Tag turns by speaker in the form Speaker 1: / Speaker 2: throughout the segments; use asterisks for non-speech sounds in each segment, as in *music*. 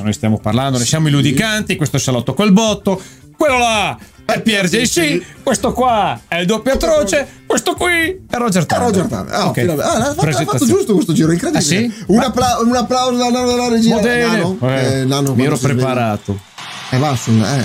Speaker 1: noi stiamo parlando, ne siamo i ludicanti, questo è Salotto col botto, quello là è PRJC, questo qua è il doppio atroce, questo qui è Roger
Speaker 2: È
Speaker 1: Tanner.
Speaker 2: Roger Tanner. Ah,
Speaker 1: Ok.
Speaker 2: finalmente. Ah, l'ha fatto, l'ha fatto
Speaker 1: Presentazione.
Speaker 2: giusto questo giro, incredibile.
Speaker 1: Ah, sì?
Speaker 2: un, appla- un applauso alla, alla- alla regia.
Speaker 1: Modene.
Speaker 2: Nano,
Speaker 1: Eh,
Speaker 2: eh, Nano,
Speaker 1: mi ero
Speaker 2: quando si sveglia.
Speaker 1: preparato.
Speaker 2: Eh, va, su, eh, eh.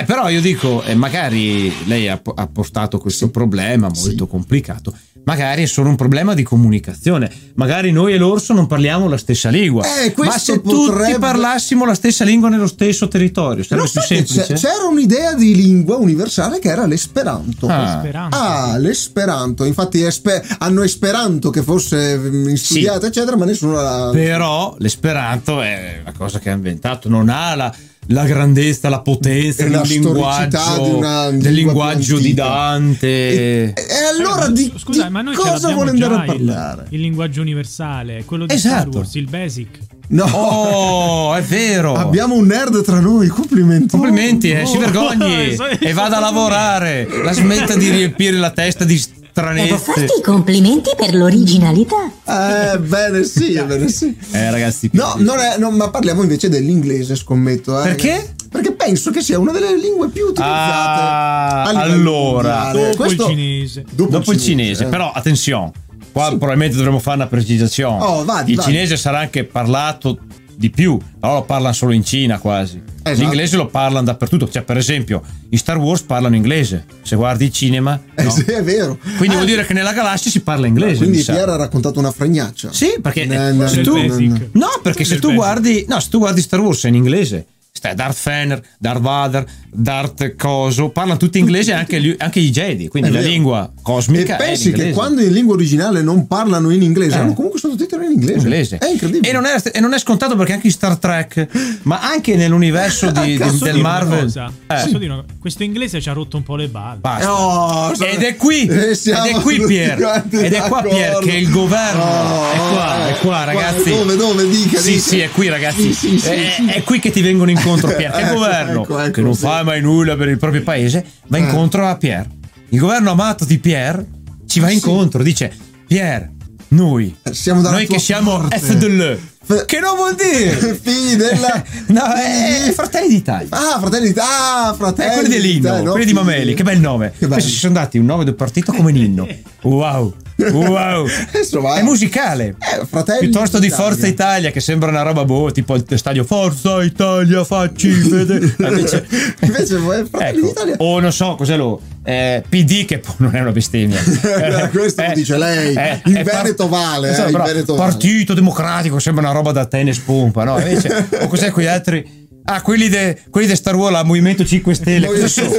Speaker 1: Eh, però io dico, eh, magari lei ha, po- ha portato questo problema molto complicato, magari è solo un problema di comunicazione, magari noi e l'orso non parliamo la stessa lingua,
Speaker 2: Eh, questo
Speaker 1: ma se tutti
Speaker 2: potrebbe-
Speaker 1: parlassimo la stessa lingua nello stesso territorio,
Speaker 2: Lo
Speaker 1: sarebbe più
Speaker 2: sai che certo,
Speaker 1: semplice.
Speaker 2: c'è- c'era un'idea di lingua universale che era l'esperanto.
Speaker 1: Ah.
Speaker 3: Speranza.
Speaker 2: Ah, l'esperanto. Infatti espe- hanno esperanto che fosse mm, studiata, eccetera, ma nessuno l'ha.
Speaker 1: Però l'esperanto è una cosa che ha inventato, non ha la, la grandezza, la potenza
Speaker 2: E
Speaker 1: di
Speaker 2: la
Speaker 1: un
Speaker 2: storicità
Speaker 1: linguaggio,
Speaker 2: di una lingua
Speaker 1: del linguaggio
Speaker 2: più
Speaker 1: di
Speaker 2: antica.
Speaker 1: Dante.
Speaker 2: E, eh, e allora
Speaker 3: ma-
Speaker 2: di,
Speaker 3: scusa,
Speaker 2: di
Speaker 3: ma noi ce
Speaker 2: cosa
Speaker 3: l'abbiamo
Speaker 2: vuole andare
Speaker 3: già
Speaker 2: a parlare?
Speaker 3: Il, il linguaggio universale, quello di Star
Speaker 1: Esatto.
Speaker 3: Wars, il basic.
Speaker 2: No,
Speaker 1: Oh, è vero!
Speaker 2: abbiamo un nerd tra noi. Complimenti.
Speaker 1: Complimenti, eh, si
Speaker 2: *laughs*
Speaker 1: vergogni
Speaker 3: Oh,
Speaker 1: e vada a lavorare. La smetta di riempire la testa di
Speaker 4: Devo
Speaker 1: stranezze.
Speaker 4: farti i complimenti per l'originalità.
Speaker 2: Eh,
Speaker 1: *laughs*
Speaker 2: bene, sì, ebbene sì.
Speaker 1: Eh, ragazzi,
Speaker 2: No,
Speaker 1: quindi-
Speaker 2: non è, no, ma parliamo invece dell'inglese, scommetto. eh.
Speaker 1: Perché?
Speaker 2: Perché penso che sia una delle lingue più utilizzate.
Speaker 1: Ah,
Speaker 2: a livello
Speaker 1: allora.
Speaker 2: mondiale.
Speaker 3: Dopo
Speaker 2: Questo-
Speaker 3: il cinese.
Speaker 1: dopo il cinese,
Speaker 2: eh.
Speaker 1: però attenzione, qua
Speaker 2: Sì.
Speaker 1: probabilmente dovremmo fare una precisazione.
Speaker 2: Oh, vai,
Speaker 1: Il
Speaker 2: vai.
Speaker 1: cinese sarà anche parlato di più, però lo parlano solo in Cina quasi.
Speaker 2: Esatto.
Speaker 1: L'inglese lo parlano dappertutto, cioè per esempio in Star Wars parlano inglese, se guardi il cinema...
Speaker 2: Eh,
Speaker 1: no.
Speaker 2: sì, è vero.
Speaker 1: Quindi
Speaker 2: Ah,
Speaker 1: vuol dire che nella galassia si parla inglese. mi
Speaker 2: Quindi
Speaker 1: sa.
Speaker 2: Piero ha raccontato una fregnaccia.
Speaker 1: Sì, perché
Speaker 2: No,
Speaker 1: eh,
Speaker 2: no,
Speaker 1: se
Speaker 3: Del
Speaker 2: no,
Speaker 1: tu...
Speaker 2: no,
Speaker 3: basic.
Speaker 2: no.
Speaker 1: No, perché se
Speaker 3: Del
Speaker 1: tu
Speaker 3: basic.
Speaker 1: guardi, no, se tu guardi Star Wars è in inglese. Sta Darth Fener, Darth Vader, Darth Coso, parlano tutti inglese e anche, gli- anche i Jedi, quindi
Speaker 2: È
Speaker 1: la
Speaker 2: vero.
Speaker 1: lingua
Speaker 2: E
Speaker 1: cosmica. eh, è
Speaker 2: pensi
Speaker 1: in
Speaker 2: che
Speaker 1: inglese.
Speaker 2: quando in lingua originale non parlano in inglese, hanno comunque sottotitoli in inglese.
Speaker 1: inglese.
Speaker 2: È incredibile.
Speaker 1: E non è, e non è scontato perché anche in Star Trek, ma anche nell'universo di- di-
Speaker 2: Posso
Speaker 1: del
Speaker 3: dire una
Speaker 1: Marvel.
Speaker 3: cosa?
Speaker 1: Eh,
Speaker 3: Posso dire una cosa? Questo inglese ci ha rotto un po' le balle.
Speaker 1: basta.
Speaker 2: Oh,
Speaker 1: Ed è qui,
Speaker 2: eh, siamo
Speaker 1: ed è qui
Speaker 2: tutti
Speaker 1: Pier,
Speaker 2: quanti
Speaker 1: ed è qua
Speaker 2: d'accordo.
Speaker 1: Pier che il governo
Speaker 2: Oh,
Speaker 1: è qua,
Speaker 2: eh,
Speaker 1: è qua ragazzi.
Speaker 2: Dove, dove, dica,
Speaker 1: Sì,
Speaker 2: dica.
Speaker 1: sì, è qui ragazzi, Eh,
Speaker 2: Sì, sì, sì,
Speaker 1: è,
Speaker 2: sì.
Speaker 1: è qui che ti vengono incontro Pier, è il
Speaker 2: Ecco,
Speaker 1: governo
Speaker 2: ecco, ecco,
Speaker 1: che non
Speaker 2: sì.
Speaker 1: fa mai nulla per il proprio paese, va
Speaker 2: Eh.
Speaker 1: incontro a Pier. Il governo amato di Pier ci va
Speaker 2: Sì. Eh,
Speaker 1: incontro, dice Pier, noi,
Speaker 2: Siamo dalla
Speaker 1: eh, noi
Speaker 2: tua
Speaker 1: che siamo
Speaker 2: parte." *laughs*
Speaker 1: FDL,
Speaker 2: F-
Speaker 1: che non vuol
Speaker 2: *laughs*
Speaker 1: dire
Speaker 2: Figli della...
Speaker 1: *laughs* No, è, *laughs* è Fratelli d'Italia.
Speaker 2: Ah, fratelli d'Italia. Ah,
Speaker 1: È
Speaker 2: fratelli
Speaker 1: Eh, quelli di Lino,
Speaker 2: d'Italia, no?
Speaker 1: quelli di Mameli, che bel nome.
Speaker 2: bello.
Speaker 1: Questi si sono dati un nome del partito come
Speaker 2: *laughs*
Speaker 1: Ninno. Wow, wow.
Speaker 2: Insomma,
Speaker 1: È musicale.
Speaker 2: Eh, fratelli
Speaker 1: Piuttosto di
Speaker 2: d'Italia.
Speaker 1: Forza Italia, che sembra una roba boh, tipo il stadio Forza Italia, facci vedere. Ah, Invece,
Speaker 2: *laughs* Invece voi, Fratelli
Speaker 1: Ecco.
Speaker 2: d'Italia.
Speaker 1: O non so cos'è lo eh, PD, che poi non è una
Speaker 2: *laughs*
Speaker 1: bestemmia.
Speaker 2: Eh, Questo lo dice lei. In
Speaker 1: è par-
Speaker 2: Veneto vale, eh,
Speaker 1: Insomma,
Speaker 2: in
Speaker 1: però,
Speaker 2: Veneto vale.
Speaker 1: Partito Democratico, sembra una roba da tennis pompa, no? Invece, o cos'è quegli altri? Ah, quelli de, quelli de Star Wars, ah, Movimento 5 Stelle.
Speaker 2: *laughs*
Speaker 1: Cosa sono?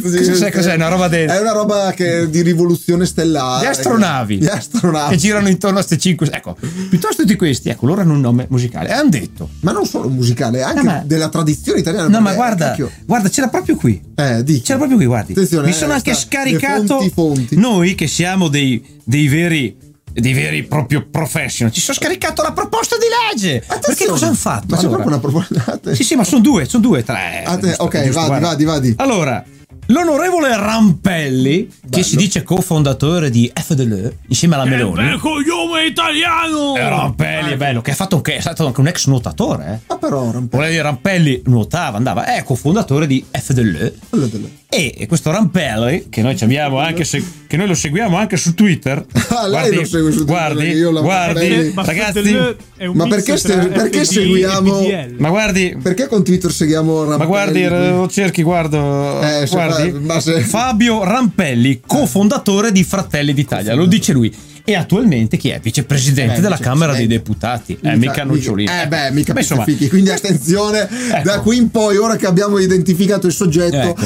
Speaker 1: Cos'è, cos'è? Una roba de-
Speaker 2: È una roba che, di rivoluzione stellare.
Speaker 1: Gli astronavi.
Speaker 2: eh, Gli astronavi.
Speaker 1: che girano intorno a queste 5 ecco piuttosto di questi ecco loro hanno un nome musicale e hanno detto
Speaker 2: Ma non solo musicale, anche
Speaker 1: No, Eh, ma-
Speaker 2: della tradizione italiana.
Speaker 1: no ma
Speaker 2: perché,
Speaker 1: guarda
Speaker 2: Eh, cacchio,
Speaker 1: guarda c'era proprio qui
Speaker 2: eh, dica.
Speaker 1: c'era proprio qui guardi
Speaker 2: Attenzione,
Speaker 1: mi
Speaker 2: eh,
Speaker 1: sono anche
Speaker 2: sta-
Speaker 1: scaricato
Speaker 2: le Fonti, fonti.
Speaker 1: noi che siamo dei, dei veri dei veri proprio professional ci sono scaricato la proposta di legge perché
Speaker 2: Attenzione.
Speaker 1: cosa hanno fatto
Speaker 2: Ma c'è
Speaker 1: Allora-
Speaker 2: proprio una proposta.
Speaker 1: sì sì ma sono due sono due tre
Speaker 2: Ah, te-
Speaker 1: Giusto,
Speaker 2: ok,
Speaker 1: giusto,
Speaker 2: vadi,
Speaker 1: guarda.
Speaker 2: vadi, vadi.
Speaker 1: allora L'onorevole Rampelli, che si dice cofondatore di FDL insieme alla Meloni.
Speaker 3: È un cognome italiano!
Speaker 1: Eh, Rampelli è bello, che è, fatto anche, è stato anche un ex nuotatore. Eh.
Speaker 2: Ma Ah, però, Rampelli.
Speaker 1: Volevi Rampelli nuotava, andava, è cofondatore di FDL.
Speaker 2: quello delle-
Speaker 1: E questo Rampelli, che noi, ci abbiamo anche se- che noi lo seguiamo anche su Twitter.
Speaker 2: *laughs* Ah, lei lo segue su Twitter,
Speaker 1: Guardi,
Speaker 2: io la-
Speaker 1: guardi,
Speaker 2: Rampelli.
Speaker 3: Ma
Speaker 1: ragazzi.
Speaker 3: Fratello Eh, è un
Speaker 2: Ma
Speaker 3: mix
Speaker 2: perché
Speaker 3: tra
Speaker 2: se- perché
Speaker 3: FD e
Speaker 2: seguiamo-
Speaker 3: PDL?
Speaker 1: Ma guardi,
Speaker 2: Perché con Twitter seguiamo Rampelli?
Speaker 1: ma guardi, lo cerchi, guardo.
Speaker 2: Eh, se
Speaker 1: guardi.
Speaker 2: fa- ma se-
Speaker 1: Fabio Rampelli, cofondatore di Fratelli d'Italia, lo dice lui. E attualmente chi è? Vicepresidente
Speaker 2: Eh,
Speaker 1: della
Speaker 2: vicepresidente.
Speaker 1: Camera dei Deputati. Eh, mica Nocciolini.
Speaker 2: Eh beh, mica
Speaker 1: Ma insomma,
Speaker 2: pizzifichi. Quindi attenzione, da qui in poi, ora che abbiamo identificato il soggetto,
Speaker 1: Ecco.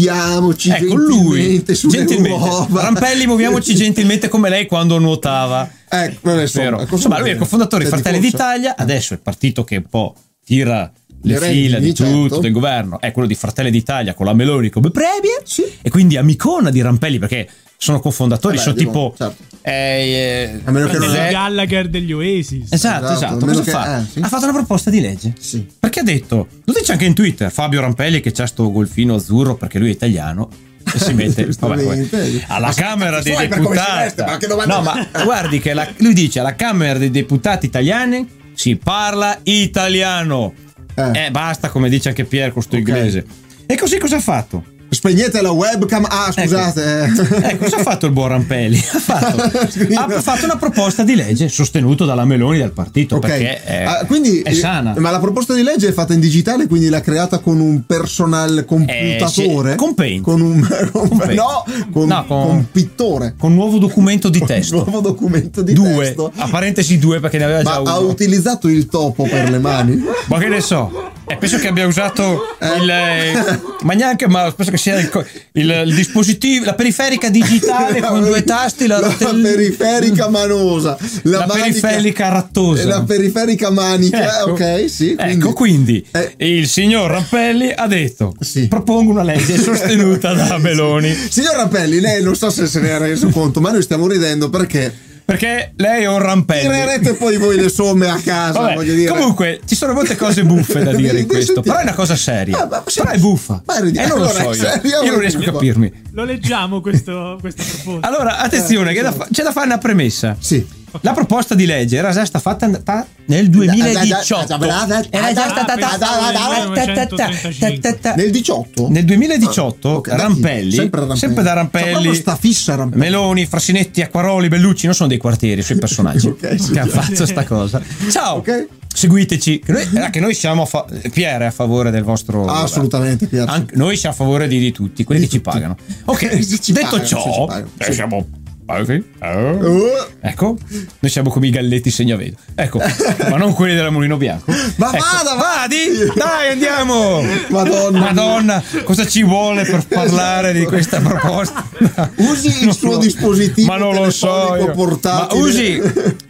Speaker 2: muoviamoci
Speaker 1: Ecco lui,
Speaker 2: gentilmente sulle
Speaker 1: gentilmente.
Speaker 2: uova.
Speaker 1: Rampelli,
Speaker 2: *laughs*
Speaker 1: muoviamoci gentilmente come lei quando nuotava.
Speaker 2: Ecco, non è Cioè,
Speaker 1: Vero.
Speaker 2: solo.
Speaker 1: Insomma, lui è il cofondatore di Fratelli d'Italia, adesso il partito che un po' tira le
Speaker 2: Le
Speaker 1: fila di
Speaker 2: redini,
Speaker 1: tutto,
Speaker 2: certo.
Speaker 1: del governo, è quello di Fratelli d'Italia con la Meloni come premier
Speaker 2: Sì.
Speaker 1: e quindi amicona di Rampelli perché sono cofondatori,
Speaker 2: Vabbè,
Speaker 1: sono
Speaker 2: dico,
Speaker 1: tipo...
Speaker 2: certo.
Speaker 1: eh, eh,
Speaker 2: A meno che
Speaker 3: Fratello
Speaker 2: non
Speaker 1: eh,
Speaker 2: è-
Speaker 3: Gallagher degli Oasis.
Speaker 1: Esatto,
Speaker 2: Esatto,
Speaker 1: esatto.
Speaker 2: almeno
Speaker 1: Cosa
Speaker 2: che-
Speaker 1: fa?
Speaker 2: eh, sì.
Speaker 1: Ha fatto una proposta di legge.
Speaker 2: Sì.
Speaker 1: Perché ha detto, lo dice anche in Twitter, Fabio Rampelli che c'ha sto golfino azzurro perché lui è italiano. E
Speaker 2: *laughs*
Speaker 1: si mette vabbè, vabbè. alla Camera dei
Speaker 2: suoi per come si veste, ma
Speaker 1: Deputati.
Speaker 2: che domanda-
Speaker 1: No, ma
Speaker 2: *laughs*
Speaker 1: guardi che la- lui dice alla Camera dei Deputati italiani si parla italiano.
Speaker 2: Eh.
Speaker 1: Eh, basta, come dice anche Pier con sto inglese. E così cosa ha fatto?
Speaker 2: Spegnete la webcam. Ah,
Speaker 1: Ecco.
Speaker 2: scusate.
Speaker 1: Eh, cosa ha fatto il buon Rampelli? Ha fatto,
Speaker 2: *laughs*
Speaker 1: ha fatto una proposta di legge sostenuto dalla Meloni dal partito
Speaker 2: Ok,
Speaker 1: Certo, perché è,
Speaker 2: Ah, quindi,
Speaker 1: è sana.
Speaker 2: eh, Ma la proposta di legge è fatta in digitale, quindi l'ha creata con un personal computatore.
Speaker 1: sì, Eh, con Paint.
Speaker 2: Con un *laughs* con-
Speaker 1: Con Paint.
Speaker 2: no, con,
Speaker 1: No, con-
Speaker 2: con pittore.
Speaker 1: Con nuovo documento di testo.
Speaker 2: Nuovo documento di
Speaker 1: due,
Speaker 2: testo.
Speaker 1: a parentesi due perché ne aveva
Speaker 2: Ma
Speaker 1: già uno.
Speaker 2: ha utilizzato il topo per
Speaker 1: *laughs*
Speaker 2: le mani?
Speaker 1: Ma che ne so? Eh, penso che abbia usato
Speaker 2: Eh.
Speaker 1: il. eh, Ma neanche, ma penso che sia il, co- il- il dispositivo, la periferica
Speaker 2: *laughs*
Speaker 1: digitale Ah, con due tasti, la, rotell-
Speaker 2: periferica manosa. La,
Speaker 1: la
Speaker 2: manica-
Speaker 1: periferica rattosa.
Speaker 2: La periferica manica,
Speaker 1: Ecco.
Speaker 2: ok, sì.
Speaker 1: Ecco, quindi
Speaker 2: Eh.
Speaker 1: il signor Rappelli ha detto:
Speaker 2: Sì.
Speaker 1: propongo una legge sostenuta
Speaker 2: *laughs*
Speaker 1: da Meloni.
Speaker 2: Signor Rappelli, lei non so se se ne è reso conto, ma noi stiamo ridendo perché
Speaker 1: Perché lei è un rampelli.
Speaker 2: tirerete poi voi le somme a casa,
Speaker 1: Vabbè,
Speaker 2: voglio dire.
Speaker 1: Comunque, ci sono molte cose buffe
Speaker 2: *laughs*
Speaker 1: da dire in questo. Però è una cosa seria.
Speaker 2: Ah, ma sì.
Speaker 1: però è buffa.
Speaker 2: Ma ridi-
Speaker 1: e non lo
Speaker 2: allora,
Speaker 1: so
Speaker 2: è
Speaker 1: io.
Speaker 2: seria,
Speaker 1: Io
Speaker 2: ma
Speaker 1: non riesco a
Speaker 2: buffa.
Speaker 1: capirlo.
Speaker 3: Lo leggiamo questo, questa proposta.
Speaker 1: Allora,
Speaker 2: Eh,
Speaker 1: attenzione, che da fa- c'è da fare una premessa.
Speaker 2: Sì.
Speaker 1: La proposta di legge era già stata fatta ta- nel 2018. Era già stata
Speaker 3: Ah,
Speaker 1: fatta
Speaker 2: Nel 18?
Speaker 1: nel 2018
Speaker 2: Ah, ok, da chi?
Speaker 1: Rampelli, sempre,
Speaker 2: Sempre Rampelli.
Speaker 1: da
Speaker 2: Cioè, proprio
Speaker 1: Rampelli,
Speaker 2: sta fissa Rampelli.
Speaker 1: Meloni, Frassinetti, Acquaroli, Bellucci, non sono dei quartieri, sono i personaggi
Speaker 2: *laughs* Ok, sì,
Speaker 1: che hanno
Speaker 2: ok.
Speaker 1: fatto sta cosa. Ciao,
Speaker 2: Ok.
Speaker 1: seguiteci, che noi, eh, che noi siamo a fa- Pierre è a favore del vostro...
Speaker 2: Ah, assolutamente, Pier.
Speaker 1: Anche- noi siamo a favore di, di tutti, quelli
Speaker 2: Di
Speaker 1: che ci
Speaker 2: tutti. *laughs*
Speaker 1: pagano. Ok,
Speaker 2: Se ci
Speaker 1: detto
Speaker 2: pagano, se ci
Speaker 1: ciò,
Speaker 2: pagano,
Speaker 1: eh,
Speaker 2: sì.
Speaker 1: siamo... ok, eh.
Speaker 2: Oh,
Speaker 1: Ecco, noi siamo come i galletti segnavedo. Ecco, ma non quelli della Mulino Bianco.
Speaker 2: *laughs* Ma
Speaker 1: Ecco,
Speaker 2: vada,
Speaker 1: vadi! Dai, andiamo!
Speaker 2: *laughs* Madonna.
Speaker 1: Madonna, cosa ci vuole per parlare di questa proposta?
Speaker 2: *laughs* Usi il
Speaker 1: Non
Speaker 2: suo
Speaker 1: lo-
Speaker 2: dispositivo
Speaker 1: ma non lo so.
Speaker 2: telefonico
Speaker 1: io. Ma
Speaker 2: portatile.
Speaker 1: usi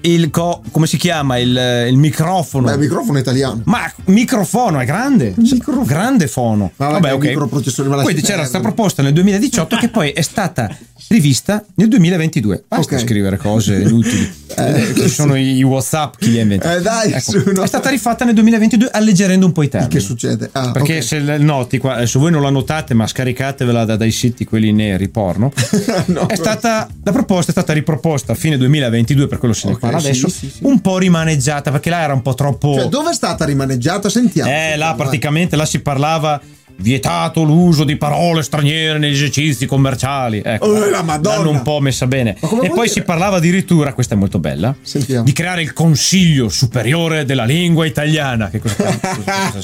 Speaker 1: il co- come si chiama? Il, il microfono.
Speaker 2: Beh, il microfono è italiano.
Speaker 1: Ma microfono è grande,
Speaker 2: Microfono.
Speaker 1: grande fono.
Speaker 2: Ma vabbè, un microprocessore, ma la
Speaker 1: Quindi
Speaker 2: si
Speaker 1: c'era
Speaker 2: perde.
Speaker 1: questa proposta nel 2018 che poi è stata rivista nel 2022. Basta
Speaker 2: Ok.
Speaker 1: scrivere cose
Speaker 2: *laughs*
Speaker 1: inutili.
Speaker 2: Eh,
Speaker 1: Eh, ci sono i WhatsApp chi li ha inventati.
Speaker 2: Eh, dai,
Speaker 1: Ecco,
Speaker 2: su, no.
Speaker 1: È stata rifatta nel 2022 alleggerendo un po' i termini.
Speaker 2: Che succede? Ah,
Speaker 1: Perché
Speaker 2: ok.
Speaker 1: se le noti qua, adesso voi non la notate, ma scaricatevela da- dai siti quelli neri porno.
Speaker 2: *laughs* No.
Speaker 1: è stata, la proposta è stata riproposta a fine 2022, per quello se ne
Speaker 2: Ok,
Speaker 1: parla
Speaker 2: sì,
Speaker 1: adesso.
Speaker 2: sì, sì.
Speaker 1: Un po' rimaneggiata perché là era un po' troppo.
Speaker 2: Cioè, dove è stata rimaneggiata? Sentiamo.
Speaker 1: eh, là
Speaker 2: Vai.
Speaker 1: praticamente là si parlava vietato l'uso di parole straniere negli esercizi commerciali. Ecco,
Speaker 2: Oh, la Madonna!
Speaker 1: l'hanno un po' messa bene.
Speaker 2: Ma come
Speaker 1: E
Speaker 2: vuol
Speaker 1: poi
Speaker 2: dire?
Speaker 1: si parlava addirittura, questa è molto bella,
Speaker 2: Sentiamo.
Speaker 1: di creare il Consiglio Superiore della Lingua Italiana. Che cosa,
Speaker 2: *laughs*
Speaker 1: cosa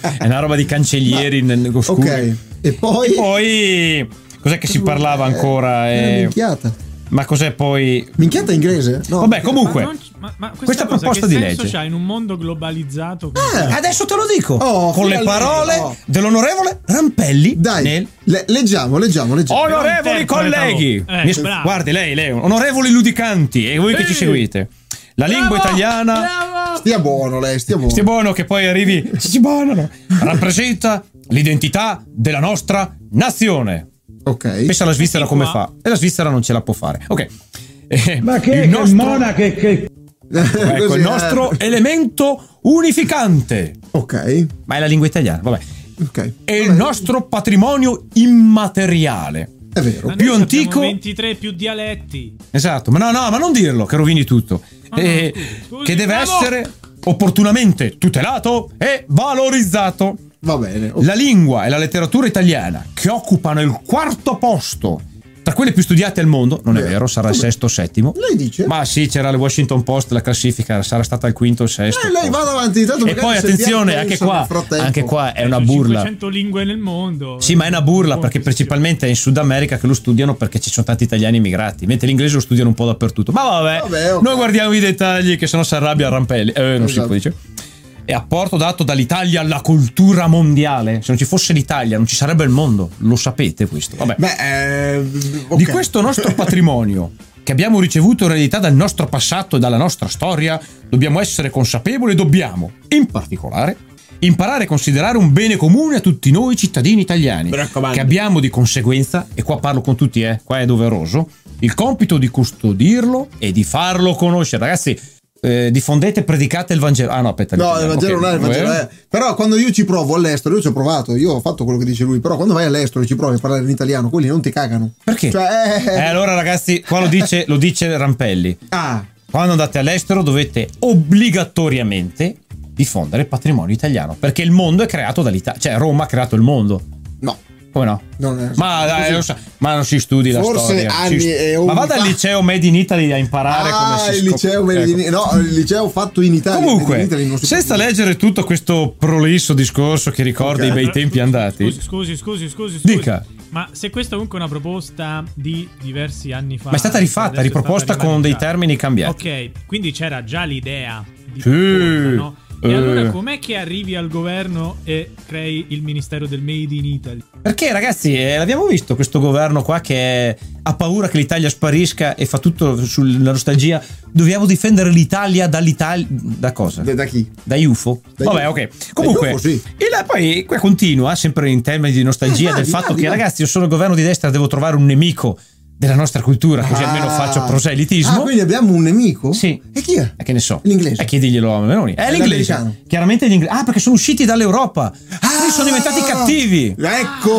Speaker 1: sia? È una roba di cancellieri nel oscuri.
Speaker 2: Ok. Eh, E poi
Speaker 1: E poi cos'è che si parlava ancora?
Speaker 2: Era
Speaker 1: Eh,
Speaker 2: minchiata.
Speaker 1: ma cos'è poi?
Speaker 2: Minchiata in inglese? No.
Speaker 1: Vabbè, comunque,
Speaker 3: Ma non c- ma- ma
Speaker 1: questa
Speaker 3: cosa
Speaker 1: proposta
Speaker 3: che
Speaker 1: di
Speaker 3: senso
Speaker 1: legge. Ah,
Speaker 3: c'ha in un mondo globalizzato che-
Speaker 2: Eh,
Speaker 1: Adesso te lo dico
Speaker 2: Oh,
Speaker 1: con le
Speaker 2: finalmente,
Speaker 1: parole
Speaker 2: oh.
Speaker 1: dell'onorevole Rampelli
Speaker 2: Dai,
Speaker 1: nel
Speaker 2: le- leggiamo, leggiamo, leggiamo.
Speaker 1: Onorevoli
Speaker 3: Però interpretalo.
Speaker 1: colleghi,
Speaker 3: Eh,
Speaker 1: Mi scu-
Speaker 3: bravo.
Speaker 1: guardi lei, lei, onorevoli ludicanti e voi che
Speaker 3: Sì.
Speaker 1: ci seguite, la lingua
Speaker 3: Bravo!
Speaker 1: italiana,
Speaker 3: Bravo!
Speaker 2: Stia buono lei, stia buono.
Speaker 1: sti buono che poi arrivi, sti buono, no? rappresenta l'identità della nostra nazione.
Speaker 2: Ok.
Speaker 1: Pensa alla Svizzera
Speaker 3: Questi
Speaker 1: come
Speaker 3: qua.
Speaker 1: fa, e la Svizzera non ce la può fare. Ok, Eh,
Speaker 5: Ma che,
Speaker 1: il
Speaker 5: che
Speaker 1: nostro-
Speaker 5: mona che, che...
Speaker 1: ecco,
Speaker 2: *laughs* Così,
Speaker 1: il
Speaker 2: eh.
Speaker 1: nostro elemento unificante,
Speaker 2: Ok.
Speaker 1: ma è la lingua italiana, vabbè,
Speaker 2: Ok.
Speaker 1: è il nostro patrimonio immateriale.
Speaker 2: È vero.
Speaker 3: Ma
Speaker 1: più
Speaker 3: noi abbiamo
Speaker 1: antico-
Speaker 3: 23 più dialetti.
Speaker 1: Esatto, ma no, no, ma non dirlo, che rovini tutto.
Speaker 3: Ah,
Speaker 1: Eh,
Speaker 3: scusi, scusi,
Speaker 1: che deve
Speaker 3: bravo!
Speaker 1: essere opportunamente tutelato e valorizzato.
Speaker 2: Va bene. ok.
Speaker 1: La lingua e la letteratura italiana, che occupano il quarto posto tra quelle più studiate al mondo, non è
Speaker 2: Vero.
Speaker 1: vero, sarà il
Speaker 2: Come?
Speaker 1: sesto o settimo.
Speaker 2: Lei dice?
Speaker 1: Ma sì, c'era il Washington Post, la classifica sarà stata il quinto o il sesto.
Speaker 2: Eh, lei
Speaker 1: posto.
Speaker 2: vada avanti, tanto
Speaker 1: e
Speaker 2: magari
Speaker 1: poi
Speaker 2: sentiamo
Speaker 1: attenzione,
Speaker 2: lei,
Speaker 1: anche
Speaker 2: insomma,
Speaker 1: qua,
Speaker 2: nel frattempo.
Speaker 1: anche qua è una
Speaker 3: Sono
Speaker 1: burla.
Speaker 3: 500 lingue nel mondo.
Speaker 1: Sì, ma è una burla
Speaker 3: Buon
Speaker 1: perché
Speaker 3: fischio.
Speaker 1: principalmente è in Sud America che lo studiano perché ci sono tanti italiani immigrati, mentre l'inglese lo studiano un po' dappertutto. Ma vabbè,
Speaker 2: Vabbè, ok.
Speaker 1: noi guardiamo i dettagli che sennò si arrabbia Rampelli. Eh, non si
Speaker 2: Esatto.
Speaker 1: può dire. E apporto dato dall'Italia alla cultura mondiale. Se non ci fosse l'Italia non ci sarebbe il mondo, lo sapete questo. Vabbè.
Speaker 2: Beh, eh, ok.
Speaker 1: Di questo nostro patrimonio che abbiamo ricevuto in eredità dal nostro passato e dalla nostra storia, dobbiamo essere consapevoli e dobbiamo, in particolare, imparare a considerare un bene comune a tutti noi cittadini italiani, che abbiamo di conseguenza, e qua parlo con tutti, eh, qua è doveroso, il compito di custodirlo e di farlo conoscere. Ragazzi, eh, diffondete e predicate il Vangelo. Ah no, aspetta.
Speaker 2: No, il Vangelo
Speaker 1: ok,
Speaker 2: non è il Vangelo.
Speaker 1: eh.
Speaker 2: eh. Però quando io ci provo all'estero, io ci ho provato, io ho fatto quello che dice lui, però quando vai all'estero e ci provi a parlare in italiano, quelli non ti cagano.
Speaker 1: Perché?
Speaker 2: Cioè, eh,
Speaker 1: Eh, allora ragazzi, qua lo dice, lo dice Rampelli.
Speaker 2: Ah,
Speaker 1: Quando andate all'estero dovete obbligatoriamente diffondere il patrimonio italiano, perché il mondo è creato dall'Italia, cioè Roma ha creato il mondo.
Speaker 5: No.
Speaker 1: Come no?
Speaker 2: Non è-
Speaker 1: Ma, dai, lo sa- ma non si studi la
Speaker 5: Forse
Speaker 1: storia. si
Speaker 5: anni
Speaker 1: stu-
Speaker 5: e
Speaker 1: ma
Speaker 5: un
Speaker 1: vada al
Speaker 5: fa-
Speaker 1: liceo Made in Italy a imparare
Speaker 2: Ah,
Speaker 1: come si
Speaker 2: il
Speaker 1: scop-
Speaker 2: liceo, Made in-
Speaker 1: Ecco.
Speaker 2: no, il liceo fatto in Italia. Made in Italy
Speaker 1: Comunque,
Speaker 2: non si
Speaker 1: senza
Speaker 2: può dire.
Speaker 1: leggere tutto questo prolisso discorso che ricorda
Speaker 2: Ok.
Speaker 1: i bei tempi andati,
Speaker 3: Scusi, scusi, scusi, scusi. scusi.
Speaker 1: Dica.
Speaker 3: Ma se questa è comunque una proposta di diversi anni fa.
Speaker 1: Ma è stata rifatta,
Speaker 3: adesso è
Speaker 1: riproposta
Speaker 3: stata
Speaker 1: con dei
Speaker 3: rimaneggiata.
Speaker 1: termini cambiati.
Speaker 3: Ok, quindi c'era già l'idea di
Speaker 1: Sì.
Speaker 3: proposta, no? E
Speaker 1: Eh.
Speaker 3: allora com'è che arrivi al governo e crei il ministero del Made in Italy?
Speaker 1: Perché ragazzi, eh, l'abbiamo visto questo governo qua che è- ha paura che l'Italia sparisca e fa tutto sulla nostalgia. Dobbiamo difendere l'Italia dall'Italia. Da cosa?
Speaker 2: Da, da chi?
Speaker 1: Dai UFO?
Speaker 2: Dai
Speaker 1: Vabbè,
Speaker 2: UFO.
Speaker 1: ok. Comunque,
Speaker 2: UFO, sì.
Speaker 1: e là poi qua continua, sempre in termini di nostalgia,
Speaker 2: Eh, dai,
Speaker 1: del
Speaker 2: di là,
Speaker 1: fatto
Speaker 2: di
Speaker 1: che
Speaker 2: là.
Speaker 1: ragazzi, io sono il governo di destra, devo trovare un nemico della nostra cultura, così
Speaker 2: Ah.
Speaker 1: almeno faccio
Speaker 2: Ah,
Speaker 1: proselitismo.
Speaker 2: quindi abbiamo un nemico?
Speaker 1: Sì.
Speaker 2: E chi è?
Speaker 1: E che ne so?
Speaker 2: L'inglese.
Speaker 1: E chiediglielo a Meloni. È
Speaker 2: È
Speaker 1: l'inglese.
Speaker 2: l'americano.
Speaker 1: Chiaramente l'inglese. Ah, perché sono usciti dall'Europa.
Speaker 2: Ah.
Speaker 1: Quindi sono diventati cattivi. Ah.
Speaker 2: Ecco,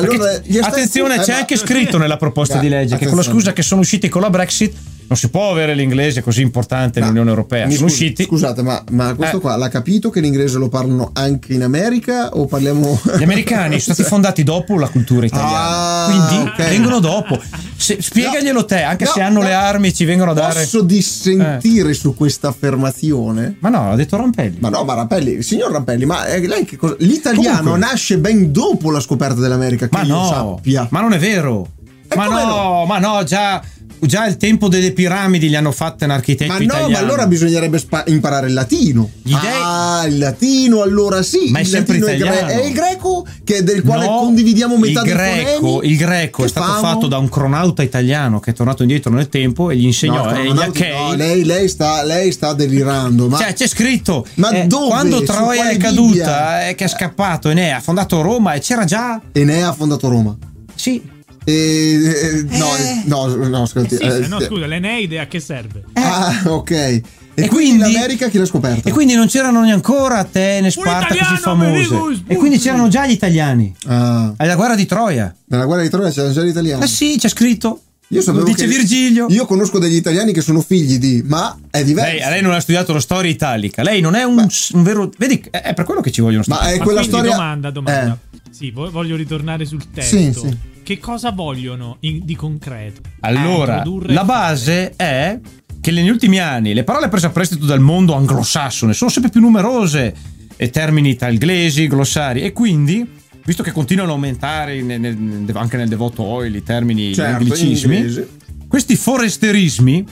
Speaker 1: Perché-
Speaker 2: allora gli stai-
Speaker 1: attenzione,
Speaker 2: eh,
Speaker 1: c'è
Speaker 2: ma-
Speaker 1: anche scritto nella proposta
Speaker 2: Dai,
Speaker 1: di legge che con la
Speaker 2: attenzione.
Speaker 1: scusa che sono usciti con la Brexit non si può avere l'inglese così importante
Speaker 2: Ma-
Speaker 1: nell'Unione Europea.
Speaker 2: mi
Speaker 1: Sono
Speaker 2: scusi,
Speaker 1: usciti.
Speaker 2: Scusate, ma, ma questo
Speaker 1: Eh.
Speaker 2: qua l'ha capito che l'inglese lo parlano anche in America? O parliamo.
Speaker 1: Gli americani
Speaker 2: *laughs*
Speaker 1: sono stati fondati dopo la cultura italiana,
Speaker 2: Ah,
Speaker 1: quindi
Speaker 2: ok.
Speaker 1: vengono dopo. Se- spiegaglielo te, anche
Speaker 2: No,
Speaker 1: se hanno
Speaker 2: no.
Speaker 1: le armi ci vengono a dare. Eh.
Speaker 2: Posso dissentire su questa affermazione?
Speaker 1: Ma no, ha detto Rampelli.
Speaker 2: Ma no, ma Rappelli, signor Rappelli, ma eh, lei che cosa? L'italiano
Speaker 1: Comunque-
Speaker 2: nasce ben dopo la scoperta dell'America, che
Speaker 1: Ma
Speaker 2: io
Speaker 1: no,
Speaker 2: sappia.
Speaker 1: ma non è vero.
Speaker 2: E
Speaker 1: ma
Speaker 2: come
Speaker 1: no,
Speaker 2: no?
Speaker 1: ma no, già, già il tempo delle piramidi li hanno fatte un architetto
Speaker 2: Ma no,
Speaker 1: italiano.
Speaker 2: ma allora bisognerebbe spa- imparare il latino.
Speaker 1: Gli dei-
Speaker 2: Ah, il latino, allora sì.
Speaker 1: Ma è
Speaker 2: il
Speaker 1: sempre
Speaker 2: latino gre-
Speaker 1: italiano.
Speaker 2: è il greco che- del quale
Speaker 1: No,
Speaker 2: condividiamo metà
Speaker 1: il
Speaker 2: dei
Speaker 1: greco,
Speaker 2: fonemi.
Speaker 1: il greco è
Speaker 2: Che
Speaker 1: stato
Speaker 2: famo?
Speaker 1: fatto da un cronauta italiano che è tornato indietro nel tempo e gli insegnò
Speaker 2: No,
Speaker 1: eh, gli
Speaker 2: crononauti-
Speaker 1: Achei.
Speaker 2: no, lei, lei sta, lei sta delirando. Ma
Speaker 1: Cioè, c'è scritto
Speaker 2: Ma
Speaker 1: eh,
Speaker 2: dove?
Speaker 1: quando
Speaker 2: Su
Speaker 1: Troia
Speaker 2: quale
Speaker 1: è
Speaker 2: Bibbia?
Speaker 1: caduta, eh, che è scappato Enea, ha fondato Roma e c'era già.
Speaker 2: Enea ha fondato Roma.
Speaker 1: Sì.
Speaker 2: E, e- no,
Speaker 1: Eh.
Speaker 2: no, no,
Speaker 3: Sì,
Speaker 2: scusate.
Speaker 3: se no,
Speaker 2: eh,
Speaker 3: scusa, l'Eneide a che serve?
Speaker 2: Ah, ok. E,
Speaker 1: E
Speaker 2: quindi
Speaker 1: quindi-
Speaker 2: l'America chi l'ha scoperta?
Speaker 1: E quindi non c'erano neanche ancora Atene, Sparta così
Speaker 3: italiano, Amerigo
Speaker 1: famose.
Speaker 3: Vespucci.
Speaker 1: E quindi c'erano già gli italiani.
Speaker 2: Ah,
Speaker 1: Alla guerra di Troia.
Speaker 2: nella guerra di Troia c'era già l'italiano.
Speaker 1: Ma sì, c'è scritto.
Speaker 2: Io
Speaker 1: Lo
Speaker 2: sapevo
Speaker 1: dice
Speaker 2: che-
Speaker 1: Virgilio.
Speaker 2: Io conosco degli italiani che sono figli di, ma è diverso.
Speaker 1: Lei, lei non ha studiato la storia italica. Lei non è un, un vero. Vedi, è è per quello che ci vogliono
Speaker 2: Ma
Speaker 1: stati.
Speaker 2: è
Speaker 3: Ma
Speaker 2: quella
Speaker 3: quindi
Speaker 2: storia. Eh,
Speaker 3: domanda, domanda. Sì, vo- voglio ritornare sul testo.
Speaker 2: Sì, sì.
Speaker 3: Che cosa vogliono in- di concreto? Eh,
Speaker 1: Allora,
Speaker 3: Introdurre-
Speaker 1: la base è che negli ultimi anni le parole prese a prestito dal mondo anglosassone sono sempre più numerose e termini italglesi, glossari e quindi, visto che continuano a aumentare in- nel- anche nel Devoto Oil i termini
Speaker 2: Certo, in
Speaker 1: anglicismi,
Speaker 2: inglese.
Speaker 1: questi foresterismi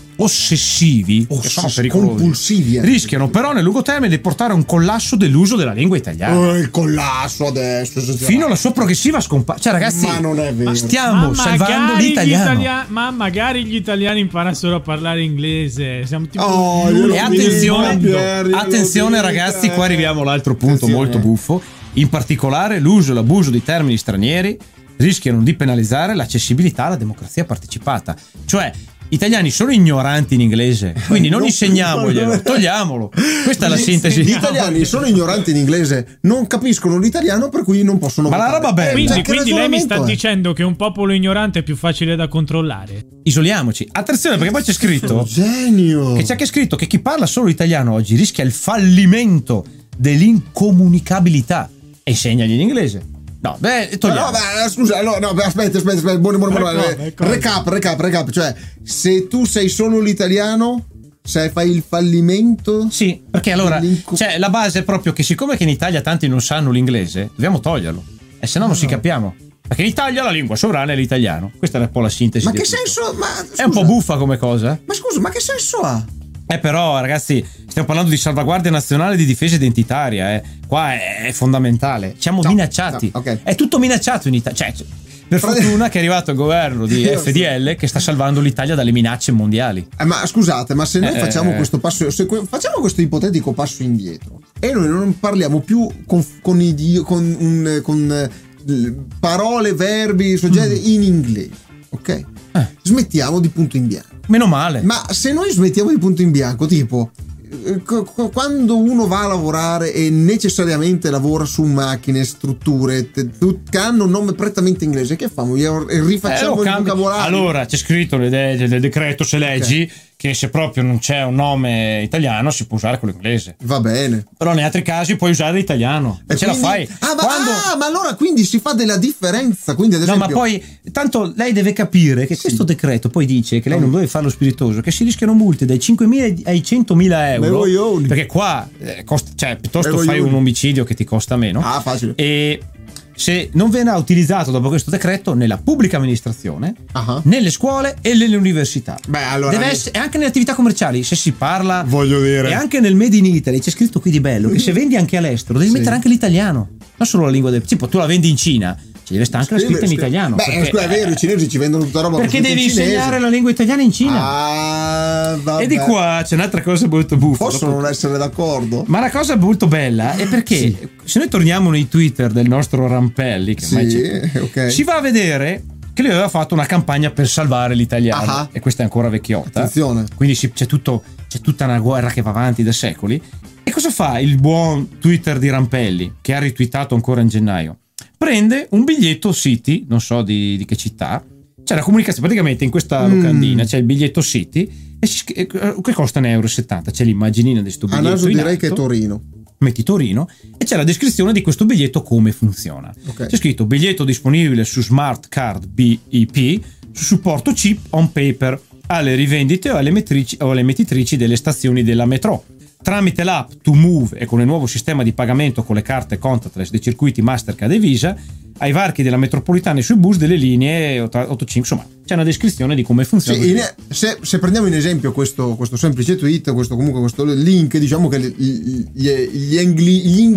Speaker 1: ossessivi, che sono
Speaker 2: Ossessi-
Speaker 1: pericolosi,
Speaker 2: compulsivi, eh.
Speaker 1: rischiano però nel lungo termine di portare a un collasso dell'uso della lingua italiana.
Speaker 2: Eh, il collasso adesso. esagerato.
Speaker 1: Fino alla sua progressiva scomparsa. Cioè, ragazzi,
Speaker 2: Ma non è vero.
Speaker 1: stiamo
Speaker 3: Ma
Speaker 1: salvando
Speaker 3: magari gli
Speaker 1: l'italiano.
Speaker 3: italia- ma magari gli italiani imparassero a parlare inglese. Siamo tipo
Speaker 2: Oh,
Speaker 3: gli
Speaker 2: glielo
Speaker 1: E
Speaker 3: ultimi del
Speaker 1: attenzione,
Speaker 3: mondo.
Speaker 2: Pier, glielo
Speaker 1: attenzione
Speaker 2: dica,
Speaker 1: ragazzi, qua
Speaker 2: eh.
Speaker 1: arriviamo all'altro punto
Speaker 2: Attenzione.
Speaker 1: molto buffo. In particolare, l'uso e l'abuso di termini stranieri rischiano di penalizzare l'accessibilità alla democrazia partecipata. Cioè, gli italiani sono ignoranti in inglese, quindi non
Speaker 2: *laughs* Non-
Speaker 1: insegnamoglielo,
Speaker 2: non-
Speaker 1: togliamolo. Questa è la
Speaker 2: Gli-
Speaker 1: sintesi.
Speaker 2: Gli italiani sono ignoranti in inglese, non capiscono l'italiano, per cui non possono
Speaker 1: Ma la
Speaker 2: votare.
Speaker 1: roba bella-
Speaker 2: Eh,
Speaker 1: Cioè,
Speaker 3: Quindi,
Speaker 2: che
Speaker 3: quindi lei mi sta
Speaker 2: ragionamento è?
Speaker 3: dicendo che un popolo ignorante è più facile da controllare.
Speaker 1: Isoliamoci. Attenzione, perché poi c'è scritto
Speaker 2: Genio.
Speaker 1: che c'è anche scritto che chi parla solo italiano oggi rischia il fallimento dell'incomunicabilità. E insegnagli in inglese. No, beh,
Speaker 2: Ma
Speaker 1: togliamo.
Speaker 2: no, ma, eh, scusa, no, no, beh, aspetta, aspetta, aspetta, buono, buono, buono,
Speaker 3: Ecco,
Speaker 2: eh,
Speaker 3: ecco.
Speaker 2: recap, recap, recap, cioè, se tu sei solo l'italiano, se fai il fallimento,
Speaker 1: Sì, perché allora
Speaker 2: L'incu-
Speaker 1: cioè, la base è proprio che siccome che in Italia tanti non sanno l'inglese, dobbiamo toglierlo. E se no non si capiamo. Perché in Italia la lingua sovrana è l'italiano. Questa è un po' la sintesi.
Speaker 2: ma
Speaker 1: di
Speaker 2: che
Speaker 1: tutto.
Speaker 2: senso, ma,
Speaker 1: È un po'
Speaker 2: scusa,
Speaker 1: buffa come cosa.
Speaker 2: ma scusa, ma che senso ha?
Speaker 1: Eh però ragazzi, stiamo parlando di salvaguardia nazionale e di difesa identitaria. Eh. Qua è, è fondamentale. Siamo
Speaker 2: No,
Speaker 1: minacciati.
Speaker 2: no, ok.
Speaker 1: È tutto minacciato in Italia. Cioè, c- per
Speaker 2: Fra-
Speaker 1: fortuna che è arrivato il governo di
Speaker 2: *laughs* Io
Speaker 1: FDL che sta salvando l'Italia dalle minacce mondiali.
Speaker 2: Eh, ma scusate, ma se noi
Speaker 1: Eh.
Speaker 2: facciamo questo passo, se que- facciamo questo ipotetico passo indietro e noi non parliamo più con, con, idi- con un, eh, con, eh, l- parole, verbi, soggetti
Speaker 1: Mm.
Speaker 2: in inglese, ok?
Speaker 1: Eh.
Speaker 2: Smettiamo di punto in bianco.
Speaker 1: Meno male.
Speaker 2: Ma se noi smettiamo di punto in bianco, tipo eh, co- co- quando uno va a lavorare e necessariamente lavora su macchine, strutture te- tut- che hanno un nome prettamente inglese, che famo? Gli or-
Speaker 1: Eh, lo
Speaker 2: Rifacciamo il
Speaker 1: cambi-
Speaker 2: vocabolario.
Speaker 1: Allora c'è scritto nel, nel decreto, se leggi, che se proprio non c'è un nome italiano si può usare quello inglese.
Speaker 2: Va bene.
Speaker 1: Però nei altri casi puoi usare l'italiano.
Speaker 2: E
Speaker 1: ce
Speaker 2: quindi-
Speaker 1: la fai.
Speaker 2: Ah ma,
Speaker 1: Quando-
Speaker 2: ah, ma allora quindi si fa della differenza. Quindi ad
Speaker 1: No,
Speaker 2: esempio,
Speaker 1: ma poi tanto lei deve capire che questo decreto poi dice che lei non deve farlo spiritoso, che si rischiano multe dai 5.000 ai 100.000
Speaker 2: Ma i
Speaker 1: euro.
Speaker 2: coglioni.
Speaker 1: Perché qua eh, costa, cioè, piuttosto
Speaker 2: Ma i
Speaker 1: fai
Speaker 2: coglioni.
Speaker 1: un omicidio che ti costa meno.
Speaker 2: Ah, facile.
Speaker 1: E se non verrà utilizzato dopo questo decreto nella pubblica amministrazione,
Speaker 2: Ah.
Speaker 1: nelle scuole e nelle università.
Speaker 2: Beh, allora-
Speaker 1: Deve essere- e anche nelle attività commerciali, se si parla.
Speaker 2: Voglio dire.
Speaker 1: E anche nel Made in Italy c'è scritto qui di bello che se vendi anche all'estero devi
Speaker 2: Sì.
Speaker 1: mettere anche l'italiano, non solo la lingua del. Tipo, tu la vendi in Cina, ci deve stare anche la
Speaker 2: Scrive-
Speaker 1: scritta in
Speaker 2: scrive-
Speaker 1: italiano.
Speaker 2: Beh,
Speaker 1: perché-
Speaker 2: scusa, è vero, i cinesi ci vendono tutta roba.
Speaker 1: Perché
Speaker 2: scritta in
Speaker 1: devi
Speaker 2: cinese.
Speaker 1: insegnare la lingua italiana in Cina.
Speaker 2: Ah, vabbè.
Speaker 1: e di qua c'è un'altra cosa molto buffa.
Speaker 2: Posso
Speaker 1: dopo-
Speaker 2: non essere d'accordo?
Speaker 1: Ma la cosa molto bella è perché
Speaker 2: Sì.
Speaker 1: se noi torniamo nei Twitter del nostro Rampelli, che ormai
Speaker 2: Sì,
Speaker 1: c'è,
Speaker 2: ok.
Speaker 1: si va a vedere che lui aveva fatto una campagna per salvare l'italiano
Speaker 2: Ah.
Speaker 1: e questa è ancora vecchiotta.
Speaker 2: Attenzione.
Speaker 1: Quindi si- c'è, tutto- c'è tutta una guerra che va avanti da secoli. E cosa fa il buon Twitter di Rampelli, che ha ritweetato ancora in gennaio? Prende un biglietto City, non so di, di che città, c'è la comunicazione, praticamente in questa
Speaker 2: Mm.
Speaker 1: locandina c'è il biglietto City e si sch- e- che costa 1,70 euro, c'è l'immaginina di sto
Speaker 2: A
Speaker 1: biglietto.
Speaker 2: naso
Speaker 1: in
Speaker 2: direi che è
Speaker 1: alto
Speaker 2: Torino.
Speaker 1: metti Torino e c'è la descrizione di questo biglietto come funziona.
Speaker 2: Ok.
Speaker 1: C'è scritto biglietto disponibile su Smart Card BEP su supporto chip on paper alle rivendite o alle, metrici- o alle emettitrici delle stazioni della metro. Tramite l'app To Move e con il nuovo sistema di pagamento con le carte contactless dei circuiti Mastercard e Visa ai varchi della metropolitana e sui bus delle linee 85, insomma, c'è una descrizione di come funziona.
Speaker 2: Sì, in- se, se prendiamo in esempio questo, questo semplice tweet, questo comunque questo link, diciamo che le- gli, gli angli- gli
Speaker 1: Sono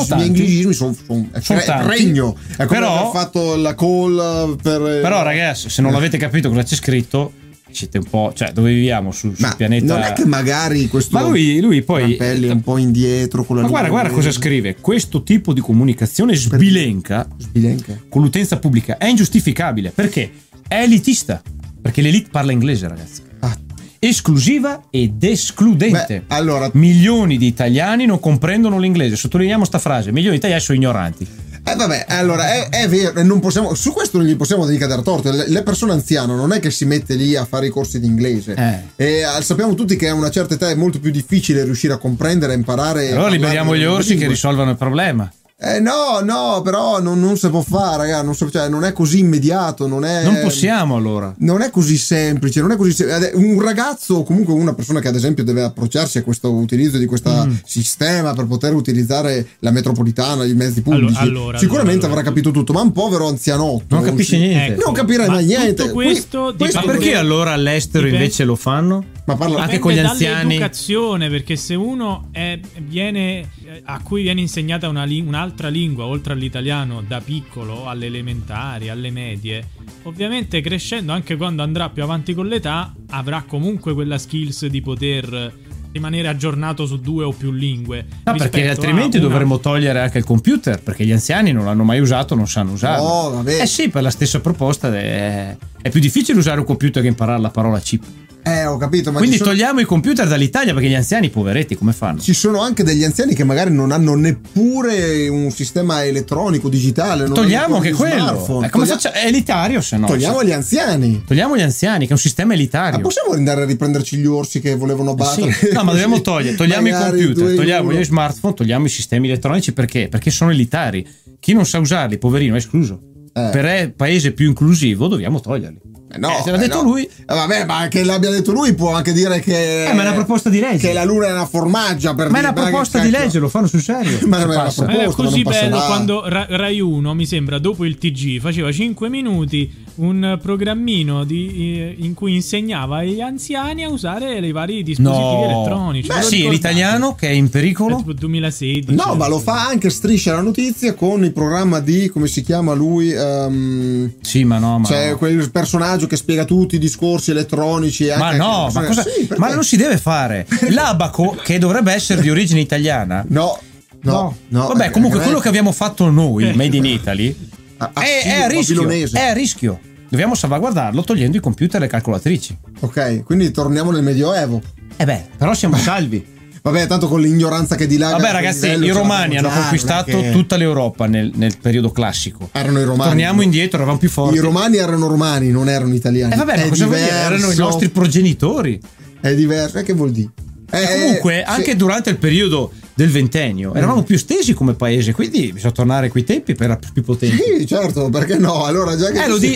Speaker 2: anglicismi,
Speaker 1: tanti.
Speaker 2: gli anglicismi sono, sono, è
Speaker 1: Sono
Speaker 2: tre-
Speaker 1: tanti.
Speaker 2: regno. È come
Speaker 1: Però-
Speaker 2: aver fatto la call per. eh,
Speaker 1: Però ragazzi, se non avete capito cosa c'è scritto, siete un po', cioè, dove viviamo sul, sul
Speaker 2: ma
Speaker 1: pianeta
Speaker 2: non è che magari questo.
Speaker 1: Ma lui- lui poi-
Speaker 2: Rampelli è un po' indietro con la
Speaker 1: Ma guarda,
Speaker 2: lingua
Speaker 1: guarda cosa
Speaker 2: inglese.
Speaker 1: scrive. Questo tipo di comunicazione sbilenca
Speaker 2: Sbilenca.
Speaker 1: con l'utenza pubblica è ingiustificabile perché è elitista. Perché l'elite parla inglese, ragazzi.
Speaker 2: Ah,
Speaker 1: Esclusiva ed escludente.
Speaker 2: Beh, allora-
Speaker 1: milioni di italiani non comprendono l'inglese. Sottolineiamo sta frase: milioni di italiani sono ignoranti.
Speaker 2: Eh vabbè, allora è, è vero, non possiamo, su questo non gli possiamo mica dar torto. Le, le persone anziane non è che si mette lì a fare i corsi di inglese.
Speaker 1: Eh.
Speaker 2: E ah, sappiamo tutti che a una certa età è molto più difficile riuscire a comprendere, a imparare. e
Speaker 1: Allora
Speaker 2: parlare
Speaker 1: liberiamo
Speaker 2: le
Speaker 1: gli
Speaker 2: nuove
Speaker 1: orsi che
Speaker 2: lingue.
Speaker 1: risolvano il problema.
Speaker 2: Eh no, no, però non, non si può fare, raga, non, si- cioè, non è così immediato, non è.
Speaker 1: Non possiamo allora.
Speaker 2: Ehm, Non è così semplice, non è così sem- Ade- Un ragazzo o comunque una persona che ad esempio deve approcciarsi a questo utilizzo di questo
Speaker 1: Mm.
Speaker 2: sistema per poter utilizzare la metropolitana, i mezzi pubblici,
Speaker 3: Allora, allora,
Speaker 2: sicuramente
Speaker 3: allora.
Speaker 2: avrà capito tutto, ma un povero anzianotto.
Speaker 1: Non capisce
Speaker 2: si- eh,
Speaker 1: niente.
Speaker 2: Non capirei
Speaker 3: Ecco. Ma
Speaker 2: mai niente.
Speaker 3: tutto questo
Speaker 2: Qui-
Speaker 3: dipende-
Speaker 1: Ma perché allora all'estero
Speaker 3: Dipende-
Speaker 1: invece lo fanno?
Speaker 2: Ma parla
Speaker 1: Anche con gli
Speaker 3: Dipende
Speaker 1: anziani.
Speaker 3: dall'educazione, perché se uno è- viene, eh, a cui viene insegnata una lin- un'altra lingua oltre all'italiano da piccolo, alle elementari, alle medie, ovviamente crescendo anche quando andrà più avanti con l'età, avrà comunque quella skills di poter rimanere aggiornato su due o più lingue.
Speaker 1: No, perché
Speaker 3: rispetto a
Speaker 1: altrimenti
Speaker 3: una-
Speaker 1: dovremmo togliere anche il computer, perché gli anziani non l'hanno mai usato, non sanno usarlo.
Speaker 2: No, Oh, vabbè.
Speaker 1: Eh sì, per la stessa proposta è, è più difficile usare un computer che imparare la parola chip.
Speaker 2: Eh, ho capito, ma
Speaker 1: Quindi
Speaker 2: ci sono,
Speaker 1: togliamo i computer dall'Italia perché gli anziani, poveretti, come fanno?
Speaker 2: ci sono anche degli anziani che magari non hanno neppure un sistema elettronico digitale, non hanno
Speaker 1: togliamo
Speaker 2: neppure
Speaker 1: anche
Speaker 2: gli
Speaker 1: quello.
Speaker 2: smartphone.
Speaker 1: Eh, come
Speaker 2: Toglia-
Speaker 1: faccia- È elitario se no.
Speaker 2: Togliamo gli Ah, anziani.
Speaker 1: Togliamo gli anziani, che è un sistema
Speaker 2: Ma
Speaker 1: elitario.
Speaker 2: possiamo andare a riprenderci gli orsi che volevano
Speaker 1: Eh sì.
Speaker 2: battere?
Speaker 1: No, ma dobbiamo togliere, togliamo i
Speaker 2: Magari
Speaker 1: computer,
Speaker 2: due
Speaker 1: togliamo
Speaker 2: euro.
Speaker 1: gli smartphone, togliamo i sistemi elettronici perché? Perché sono elitari. Chi non sa usarli, poverino, è escluso.
Speaker 2: Eh.
Speaker 1: Per eh, paese più inclusivo dobbiamo toglierli.
Speaker 2: Eh no,
Speaker 1: Eh, se l'ha
Speaker 2: eh
Speaker 1: detto
Speaker 2: no.
Speaker 1: lui,
Speaker 2: Eh, vabbè, ma che l'abbia detto lui può anche dire che.
Speaker 1: Eh, ma è una proposta di legge.
Speaker 2: Che la luna è una formaggia per
Speaker 1: ma è
Speaker 2: dire,
Speaker 1: una
Speaker 2: che
Speaker 1: proposta di
Speaker 2: cacchio.
Speaker 1: legge, lo fanno sul serio.
Speaker 2: *laughs* Ma
Speaker 1: Se
Speaker 2: non è una
Speaker 1: passa.
Speaker 2: proposta.
Speaker 3: Era
Speaker 2: posto, ma
Speaker 3: Eh, così
Speaker 2: non passa
Speaker 3: bello
Speaker 2: là.
Speaker 3: quando Ra- Rai 1, mi sembra, dopo il TG faceva 5 minuti un programmino di- eh, in cui insegnava agli anziani a usare i vari dispositivi elettronici.
Speaker 1: Beh,
Speaker 3: Ve lo
Speaker 1: sì, è
Speaker 3: ricordate?
Speaker 1: l'italiano che è in
Speaker 3: È
Speaker 1: pericolo.
Speaker 3: tipo 2016.
Speaker 2: No, ma lo fa anche Striscia la notizia con il programma di. come si chiama lui? ehm,
Speaker 1: Sì, ma no, ma.
Speaker 2: cioè,
Speaker 1: no.
Speaker 2: quel personaggio che spiega tutti i discorsi elettronici. e
Speaker 1: Ma
Speaker 2: anche-
Speaker 1: no, ma,
Speaker 2: persone-
Speaker 1: cosa-
Speaker 2: cioè, Sì, perché?
Speaker 1: ma non si deve
Speaker 2: *laughs*
Speaker 1: fare. L'abaco, che dovrebbe essere di origine italiana.
Speaker 2: No, no, no.
Speaker 1: Vabbè, comunque
Speaker 2: Eh,
Speaker 1: quello che abbiamo fatto noi, Eh, Made in Italy,
Speaker 2: Ah, ah,
Speaker 1: è,
Speaker 2: sì,
Speaker 1: è a rischio.
Speaker 2: babilonese.
Speaker 1: È a rischio. Dobbiamo salvaguardarlo togliendo i computer e le calcolatrici.
Speaker 2: Ok, quindi torniamo nel Medioevo.
Speaker 1: Eh beh, però siamo salvi.
Speaker 2: Vabbè, tanto con l'ignoranza che dilaga. a
Speaker 1: Vabbè,
Speaker 2: quel
Speaker 1: ragazzi,
Speaker 2: livello
Speaker 1: i
Speaker 2: ce la
Speaker 1: romani hanno
Speaker 2: possiamo usare,
Speaker 1: conquistato
Speaker 2: non è che-
Speaker 1: tutta l'Europa nel, nel periodo classico.
Speaker 2: Erano i romani.
Speaker 1: Torniamo indietro, eravamo più forti.
Speaker 2: I romani erano romani, non erano italiani.
Speaker 1: E Eh, vabbè,
Speaker 2: È
Speaker 1: ma cosa vuol dire?
Speaker 2: diverso.
Speaker 1: Erano i nostri progenitori.
Speaker 2: È diverso. E che vuol dire?
Speaker 1: E
Speaker 2: Eh, Mm.
Speaker 1: comunque,
Speaker 2: *laughs*
Speaker 1: anche durante il periodo del ventennio eravamo più stesi come paese, quindi bisogna tornare a quei tempi per più potenti.
Speaker 2: Sì, certo, perché no? Allora, già che,
Speaker 1: Eh,
Speaker 2: ci,
Speaker 1: lo di-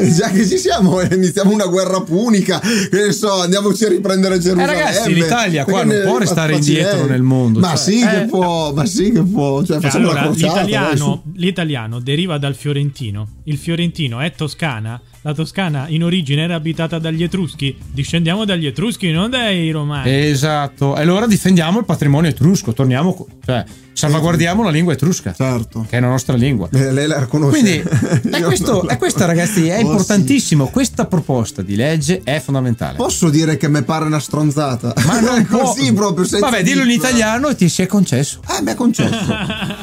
Speaker 2: si- *laughs* già che ci siamo, eh, iniziamo una guerra punica. Che ne so, andiamoci a riprendere Gerusalemme.
Speaker 1: Eh, ragazzi, l'Italia qua
Speaker 2: Perché
Speaker 1: non
Speaker 2: ne- eh.
Speaker 1: può restare indietro nel mondo,
Speaker 2: Ma
Speaker 1: cioè.
Speaker 2: sì, che
Speaker 1: Eh.
Speaker 2: può, ma sì, che può. Cioè,
Speaker 3: Cioè,
Speaker 2: facciamo
Speaker 3: allora,
Speaker 2: una crociata. eh,
Speaker 3: l'italiano,
Speaker 2: dai,
Speaker 3: l'italiano deriva dal fiorentino. Il fiorentino è toscana. La Toscana in origine era abitata dagli Etruschi. Discendiamo dagli Etruschi, non dai Romani.
Speaker 1: Esatto. E allora difendiamo il patrimonio etrusco, torniamo, co- cioè, salvaguardiamo la lingua etrusca,
Speaker 2: su. Certo.
Speaker 1: che è la nostra lingua.
Speaker 2: Eh, Lei la riconosce.
Speaker 1: Quindi è
Speaker 2: *laughs* Io
Speaker 1: questo,
Speaker 2: non la-
Speaker 1: è questo, ragazzi, è
Speaker 2: Oh, sì.
Speaker 1: importantissimo. Questa proposta di legge è fondamentale.
Speaker 2: Posso dire che mi pare una stronzata.
Speaker 1: Ma non può-
Speaker 2: *laughs* così proprio. senza
Speaker 1: Vabbè, dillo in
Speaker 2: dirlo.
Speaker 1: italiano e ti si è concesso.
Speaker 2: Eh, mi è concesso.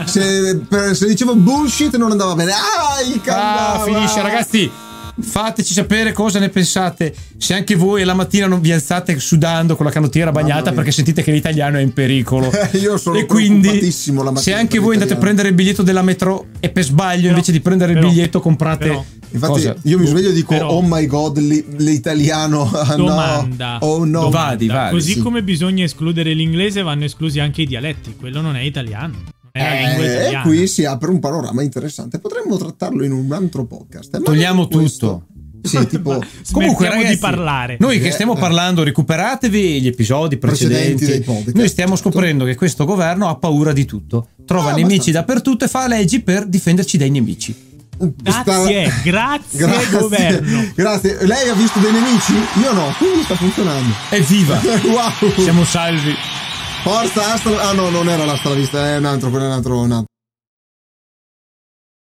Speaker 2: se, per- se dicevo bullshit non andava bene. Ah, il
Speaker 1: Ah,
Speaker 2: cannava.
Speaker 1: finisce, ragazzi. Fateci sapere cosa ne pensate. Se anche voi la mattina non vi alzate sudando con la canottiera bagnata
Speaker 2: mia.
Speaker 1: perché sentite che l'italiano è in pericolo.
Speaker 2: Eh, Io *laughs* sono
Speaker 1: e quindi,
Speaker 2: preoccupatissimo la mattina
Speaker 1: se anche
Speaker 2: per
Speaker 1: voi andate a
Speaker 2: l'italiano.
Speaker 1: prendere il biglietto della metro e per sbaglio
Speaker 3: Però-
Speaker 1: invece di prendere
Speaker 3: però-
Speaker 1: il biglietto comprate.
Speaker 3: però-
Speaker 2: Infatti,
Speaker 1: cosa? Boh,
Speaker 2: io mi sveglio e dico:
Speaker 3: Però-
Speaker 2: Oh my god, li- l'italiano. *laughs* ah,
Speaker 3: Domanda.
Speaker 2: No. Oh no.
Speaker 1: Domanda.
Speaker 2: Ma-
Speaker 1: Vadi, vadi,
Speaker 3: Così
Speaker 2: sì.
Speaker 3: come bisogna escludere l'inglese, vanno esclusi anche i dialetti. Quello non è italiano. Non è la lingua
Speaker 2: Eh, e
Speaker 3: italiana.
Speaker 2: qui si apre un panorama interessante. Potremmo trattarlo in un altro podcast. eh, ma
Speaker 1: Togliamo
Speaker 2: non questo. Sì, tipo.
Speaker 3: Comunque,
Speaker 1: Comunque,
Speaker 3: Smettiamo
Speaker 1: ragazzi,
Speaker 3: di parlare.
Speaker 1: Noi che
Speaker 2: Eh,
Speaker 1: stiamo
Speaker 2: eh.
Speaker 1: parlando, recuperatevi gli episodi
Speaker 2: Precedenti
Speaker 1: precedenti.
Speaker 2: dei podcast.
Speaker 1: noi stiamo scoprendo che questo governo ha paura di tutto. Trova
Speaker 2: Ah,
Speaker 1: nemici
Speaker 2: abbastanza.
Speaker 1: dappertutto e fa leggi per difenderci dai nemici.
Speaker 3: Grazie,
Speaker 2: sta- *laughs*
Speaker 3: grazie, governo.
Speaker 2: Grazie. Lei ha visto dei nemici? Io no, quindi sta funzionando.
Speaker 1: Evviva!
Speaker 2: *laughs* wow.
Speaker 1: Siamo salvi.
Speaker 2: Forza Astra. Ah no, non era l'Astra vista, è un altro, quello è un altro. un altro.